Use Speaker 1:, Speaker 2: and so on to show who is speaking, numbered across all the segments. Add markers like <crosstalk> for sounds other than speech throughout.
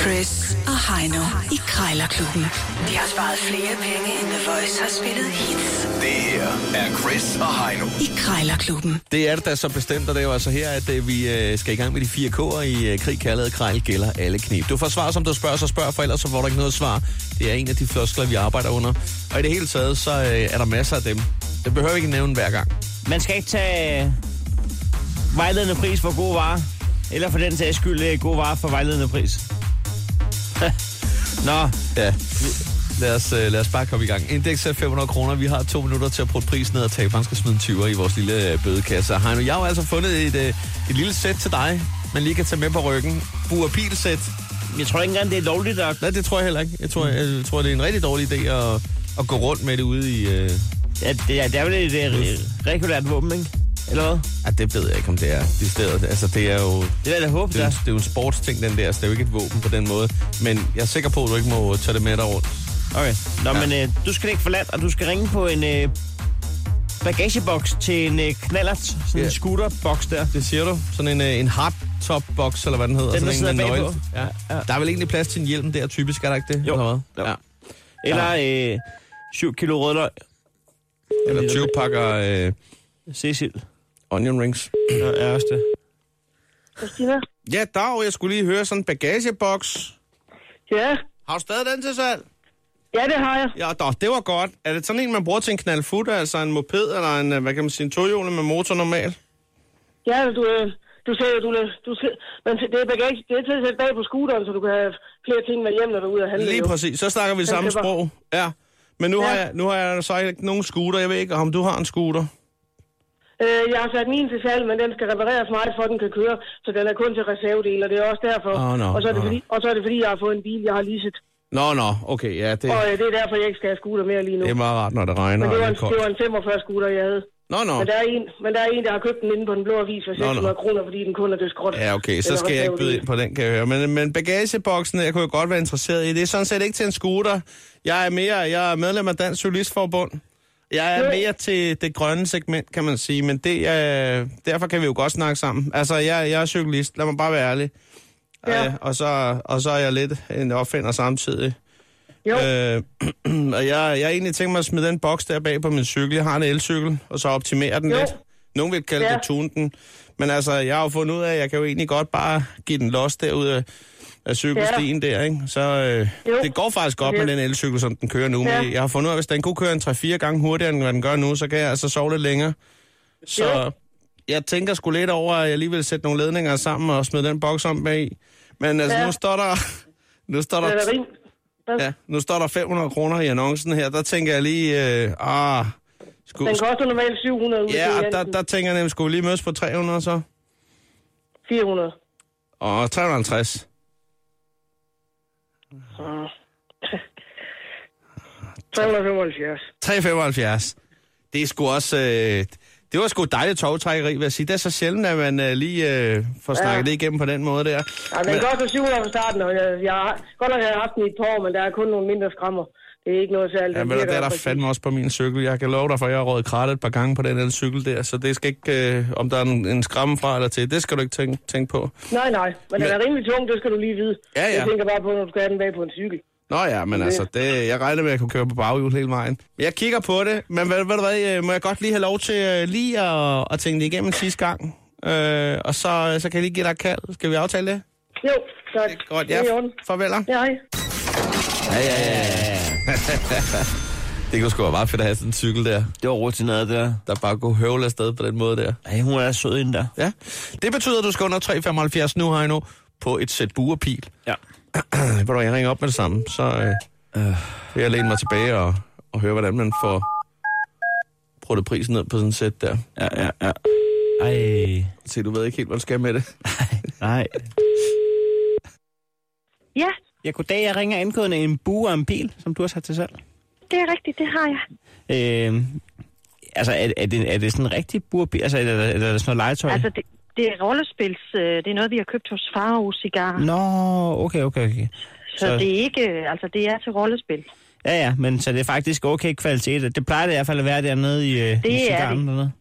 Speaker 1: Chris og Heino i Krejlerklubben. De har sparet flere penge, end The Voice har spillet hits
Speaker 2: Det her er Chris og Heino.
Speaker 1: i Krejlerklubben.
Speaker 3: Det er det da så bestemt, og det er jo altså her, at øh, vi øh, skal i gang med de fire K'er i øh, krig, kaldet krejl, gælder alle knep. Du får svar, som du spørger, så spørg, for ellers så får du ikke noget svar. Det er en af de floskler, vi arbejder under. Og i det hele taget, så øh, er der masser af dem. Det behøver vi ikke nævne hver gang.
Speaker 4: Man skal ikke tage øh, vejledende pris for gode varer. Eller for den sags skyld øh, gode varer for vejledende pris. <laughs> Nå,
Speaker 3: Ja, lad os, øh, lad os bare komme i gang. Indeks er 500 kroner. Vi har to minutter til at putte prisen ned og taberen skal smide en 20'er i vores lille øh, bødekasse. Heino, jeg har jo altså fundet et, øh, et lille sæt til dig, man lige kan tage med på ryggen. Bur pilsæt.
Speaker 4: jeg tror ikke engang, det er lovligt at...
Speaker 3: Nej, det tror jeg heller ikke. Jeg tror, jeg, jeg tror det er en rigtig dårlig idé at, at gå rundt med det ude i... Øh...
Speaker 4: Ja, det, er, det er vel et øh, re- regulært våben, ikke? Eller hvad?
Speaker 3: Ja, ah, det ved jeg ikke, om det er det stedet. Altså, det er jo...
Speaker 4: Det vil jeg da håbe,
Speaker 3: Det er, jo,
Speaker 4: der.
Speaker 3: det er jo en sportsting, den der, så det er jo ikke et våben på den måde. Men jeg er sikker på, at du ikke må tage det med dig rundt.
Speaker 4: Okay. Nå,
Speaker 3: Ja.
Speaker 4: ja. men øh, du skal ikke forlade, og du skal ringe på en øh, bagageboks til en øh, knallert. Sådan
Speaker 3: Ja.
Speaker 4: en scooterboks der.
Speaker 3: Det siger du? Sådan en, øh, en hardtop-box, eller hvad den hedder.
Speaker 4: Den, der
Speaker 3: sådan en
Speaker 4: sidder
Speaker 3: med
Speaker 4: bagpå.
Speaker 3: Ja. Der er vel egentlig plads til en hjelm der, typisk, er der ikke det?
Speaker 4: Jo.
Speaker 3: Eller hvad?
Speaker 4: Jo.
Speaker 3: Ja.
Speaker 4: Eller øh, 7 kilo rødløg.
Speaker 3: Eller 20 pakker øh,
Speaker 4: Cecil.
Speaker 3: onion rings.
Speaker 4: Ja, er også det.
Speaker 5: Christina?
Speaker 3: Ja, dag, jeg skulle lige høre sådan en bagageboks.
Speaker 5: Ja,
Speaker 3: Har du stadig den til salg?
Speaker 5: ja det har jeg.
Speaker 3: Ja, dog, det var godt. Er det sådan en, man bruger til en knaldfut, altså en moped eller en, øh, hvad kan man sige, en tohjule med motor normalt?
Speaker 5: Ja, du, øh, du sagde, du, du, skal- men det er bagage, det er til at sætte bag på scooteren, så du kan have flere ting med hjem, når du er ude at handle.
Speaker 3: Lige
Speaker 5: jo.
Speaker 3: præcis, så snakker vi samme
Speaker 5: slipper.
Speaker 3: sprog. Ja, men nu,
Speaker 5: Ja.
Speaker 3: har jeg, nu har jeg så ikke nogen scooter. Jeg ved ikke, om du har en scooter.
Speaker 5: Øh, jeg har sat min til salg, men den skal repareres meget, for at den kan køre, så den er kun til reservedele, og det er også derfor.
Speaker 3: Åh, nå,
Speaker 5: og, så er det
Speaker 3: nå,
Speaker 5: fordi, og så er det fordi, jeg har fået en bil, jeg har leaset.
Speaker 3: Nå, nå, okay, ja, det,
Speaker 5: Og øh, det er derfor, jeg ikke skal have scooter mere lige nu.
Speaker 3: det er meget rart, når det regner.
Speaker 5: men det
Speaker 3: og
Speaker 5: var, en,
Speaker 3: er koldt.
Speaker 5: det var en 45 scooter, jeg havde.
Speaker 3: Nå, nå.
Speaker 5: Men der, er en, men der er en, der har købt den inde på den blå avis for
Speaker 3: nå.
Speaker 5: 600 kroner, fordi den kun er dødsgråt.
Speaker 3: Ja, okay, så
Speaker 5: Eller
Speaker 3: skal jeg ikke byde
Speaker 5: reservedele.
Speaker 3: ind på den, kan jeg høre. Men, men bagageboksen, jeg kunne jo godt være interesseret i, det er sådan set ikke til en scooter. Jeg er mere, jeg er medlem af Dansk Cyklistforbund. Jeg er
Speaker 5: Jo.
Speaker 3: mere til det grønne segment, kan man sige, men det, øh, derfor kan vi jo godt snakke sammen. Altså, jeg, jeg er cyklist, lad mig bare være ærlig.
Speaker 5: Ja.
Speaker 3: Øh, og, så, og så er jeg lidt en opfinder samtidig.
Speaker 5: Jo,
Speaker 3: Øh, <clears throat> og jeg, jeg har egentlig tænkt mig at smide den boks der bag på min cykel. Jeg har en elcykel, og så optimere den
Speaker 5: Jo.
Speaker 3: lidt. Nogen vil kalde ja.
Speaker 5: Ja.
Speaker 3: det tune den. Men altså, jeg har jo fundet ud af, at jeg kan jo egentlig godt bare give den los derude af, af cykelstien der, ikke? Så øh,
Speaker 5: Jo.
Speaker 3: det går faktisk godt
Speaker 5: Ja.
Speaker 3: med den elcykel, som den kører nu.
Speaker 5: Ja.
Speaker 3: Men jeg har fundet ud af, at hvis den kunne køre en 3-4 gange hurtigere, end hvad den gør nu, så kan jeg altså sove lidt længere. Så
Speaker 5: Jo.
Speaker 3: jeg tænker sgu lidt over, at jeg lige vil sætte nogle ledninger sammen og smide den boks om bag i. Men altså, ja.
Speaker 5: Ja.
Speaker 3: nu står der... <laughs> Nu står
Speaker 5: det er da
Speaker 3: der
Speaker 5: rim. Hvad?
Speaker 3: Ja, nu står der 500 kroner i annoncen her. Der tænker jeg lige, øh, ah, sku,
Speaker 5: Den koster normalt 700 ud
Speaker 3: ja,
Speaker 5: til
Speaker 3: og der,
Speaker 5: Jansen.
Speaker 3: der tænker jeg nemlig, skulle vi lige mødes på 300 så?
Speaker 5: 400.
Speaker 3: Og 350.
Speaker 5: Ah. 375.
Speaker 3: 375. Det er sgu også... Øh, det var sgu dejligt tovtrækkeri, vil jeg sige. Det er så sjældent, at man øh, lige øh, får
Speaker 5: Ja.
Speaker 3: snakket det igennem på den måde der.
Speaker 5: Ja, den koster 700 fra starten, og jeg, jeg har godt nok jeg har haft den i et par år, men der er kun nogle mindre skrammer. Det er ikke noget særligt.
Speaker 3: Ja,
Speaker 5: Den
Speaker 3: men der
Speaker 5: virker
Speaker 3: er der
Speaker 5: præcis.
Speaker 3: fandme også på min cykel. Jeg kan love dig for, at jeg har rådet krat et par gange på den her cykel der, så det skal ikke, øh, om der er en, en skræmme fra eller til, det skal du ikke tænke, tænke på.
Speaker 5: Nej, nej, men, den
Speaker 3: Men-
Speaker 5: er rimelig tung, det skal du lige vide.
Speaker 3: Ja, ja.
Speaker 5: Jeg tænker bare på, når du skal have den bag på en cykel.
Speaker 3: Nå ja, men altså, det, jeg regner med, at jeg kunne køre på baghjul hele vejen. Jeg kigger på det, men ved, ved du hvad, øh, må jeg godt lige have lov til øh, lige at, at tænke det igennem en sidste gang? Øh, og så, så kan jeg lige give dig et kald. Skal vi aftale det?
Speaker 5: Jo, tak.
Speaker 3: Godt, ja.
Speaker 5: Det er i orden.
Speaker 3: Farveler.
Speaker 5: Ja, hej.
Speaker 3: Det kunne sgu være meget fedt at have sådan en cykel der,
Speaker 4: Det var rutineret, det der.
Speaker 3: der bare kunne høvle afsted på den måde der.
Speaker 4: Ej, hun er sød inden der.
Speaker 3: Ja. Det betyder, at du skal under 3,75 nu, Heino, på et sæt buerpil. <clears throat>
Speaker 4: Ja.
Speaker 3: Ved du, hvad, jeg ringer op med det samme, så øh, vil jeg læne mig tilbage og, og høre, hvordan man får pruttet prisen ned på sådan et sæt der.
Speaker 4: Ja, ja, ja. Ej,
Speaker 3: Se, du ved ikke helt, hvad du skal med det.
Speaker 4: nej.
Speaker 6: Ja,
Speaker 4: Ja, goddag. Jeg ringer angående en bue og en bil, som du har sat til salg.
Speaker 6: det er rigtigt, det har jeg.
Speaker 4: Øh, altså, er, er, det, er det sådan en rigtig bue og bil? Altså, er det, er det sådan noget legetøj?
Speaker 6: Altså, det, det er rollespils, øh, det er noget, vi har købt hos Faro Cigar.
Speaker 4: Nå, okay, okay, okay.
Speaker 6: så,
Speaker 4: Mm, så-
Speaker 6: så det er ikke, øh, altså det er til rollespil.
Speaker 4: Ja, ja, men så det er faktisk okay kvalitet. Det plejer det i hvert fald at være dernede i, øh, i
Speaker 6: Det er
Speaker 4: cigaren
Speaker 6: det.
Speaker 4: dernede.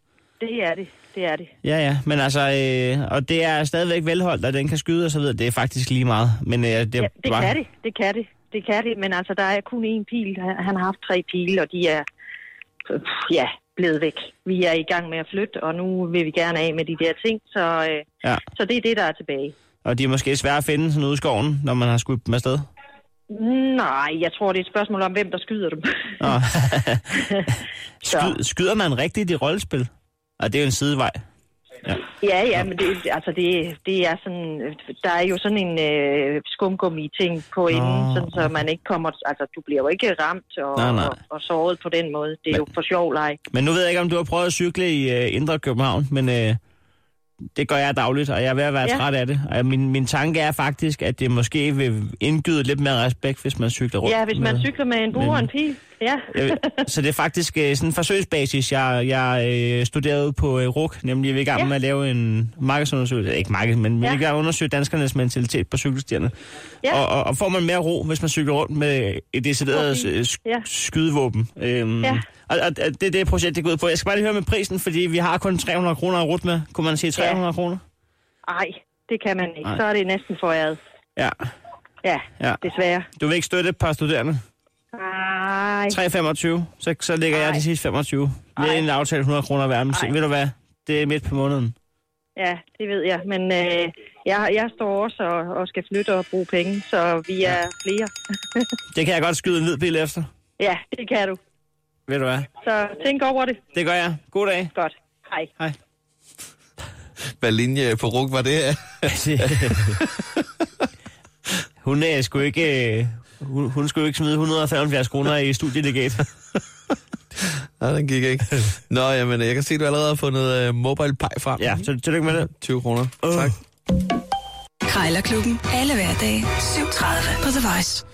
Speaker 6: Det er det. det er det.
Speaker 4: Ja, ja, men altså, øh, og det er stadigvæk velholdt, og den kan skyde og så videre. Det er faktisk lige meget. Men, øh, det,
Speaker 6: Ja, det kan det, det kan det, det kan det, men altså, der er kun én pil. Han han har haft tre pile, og de er, pff, ja, blevet væk. Vi er i gang med at flytte, og nu vil vi gerne af med de der ting, så, øh,
Speaker 4: Ja,
Speaker 6: så det er det, der er tilbage.
Speaker 4: og de er måske svære at finde sådan ude i skoven, når man har skudt dem afsted.
Speaker 6: Nej, jeg tror, det er et spørgsmål om, hvem der skyder dem.
Speaker 4: Mm, Nå.
Speaker 6: <laughs>
Speaker 4: <laughs>
Speaker 6: Så.
Speaker 4: Skyd, skyder man rigtigt i rollespil? Og det er jo en sidevej.
Speaker 6: Ja, ja, men det, altså det, det er sådan, øh, der er jo sådan en øh, skumgummi-ting på inden, sådan, så man ikke kommer, altså du bliver jo ikke ramt og,
Speaker 4: Nej, nej.
Speaker 6: og, og såret på den måde. Det er jo for sjov leg.
Speaker 4: Men nu ved jeg ikke, om du har prøvet at cykle i øh, Indre København, men øh, det gør jeg dagligt, og jeg er ved at være ja.
Speaker 6: Ja.
Speaker 4: træt af det. Og min, min tanke er faktisk, at det måske vil indgyde lidt mere respekt, hvis man cykler rundt.
Speaker 6: Ja, hvis man
Speaker 4: med-
Speaker 6: cykler med en bue og en pil, ja.
Speaker 4: Jeg
Speaker 6: <laughs>
Speaker 4: ved- Så det er faktisk øh, sådan en forsøgsbasis, jeg, jeg øh, studerede ude på øh, RUK, nemlig vi er i gang
Speaker 6: Ja.
Speaker 4: med at lave en markedsundersøgelse, ikke marked, men vi er i
Speaker 6: Ja.
Speaker 4: gang med at undersøge danskernes mentalitet på cykelstierne.
Speaker 6: Ja.
Speaker 4: Og, og, og får man mere ro, hvis man cykler rundt med et decideret
Speaker 6: Præcis.
Speaker 4: øh, sk-
Speaker 6: Ja.
Speaker 4: skydevåben. Øhm,
Speaker 6: Ja.
Speaker 4: Og, og det er det er projekt, det går ud på. Jeg skal bare lige høre med prisen, fordi vi har kun 300 kroner at rute med. Kunne man sige 300 ja. kroner?
Speaker 6: Ej, det kan man ikke.
Speaker 4: Nej.
Speaker 6: Så er det næsten for ad.
Speaker 4: Ja.
Speaker 6: Ja,
Speaker 4: Ja.
Speaker 6: ja, desværre.
Speaker 4: Du vil ikke støtte et par studerende?
Speaker 6: Ej,
Speaker 4: 3,25. Så, så lægger Ej. jeg
Speaker 6: Ej.
Speaker 4: de sidste 25. Vi har
Speaker 6: Ej.
Speaker 4: en aftale 100 kroner hver. Men se,
Speaker 6: Ej.
Speaker 4: ved du hvad? Det er midt på måneden.
Speaker 6: ja, det ved jeg. Men øh, jeg, jeg står også og, og skal flytte og bruge penge, så vi er flere.
Speaker 4: Det kan jeg godt skyde en hvid bil efter.
Speaker 6: Ja, det kan du.
Speaker 4: Ved du hvad?
Speaker 6: Så tænk over det.
Speaker 4: Det gør jeg. God dag.
Speaker 6: Godt. Hej.
Speaker 4: Hej.
Speaker 3: <laughs>
Speaker 4: <laughs>
Speaker 3: Hvad linje på ruk var det?
Speaker 4: hun er sgu ikke... øh, Hun, hun skulle ikke smide 175 kroner i studielegat.
Speaker 3: Nej, den gik <laughs> ikke. Nå, jamen, jeg kan se, at du allerede har fundet uh, mobile pie frem.
Speaker 4: Ja, så tillykke med det.
Speaker 3: 20 kroner.
Speaker 4: Åh.
Speaker 3: Tak.
Speaker 1: Krejlerklubben. Alle hverdage. 7.30 på The Voice.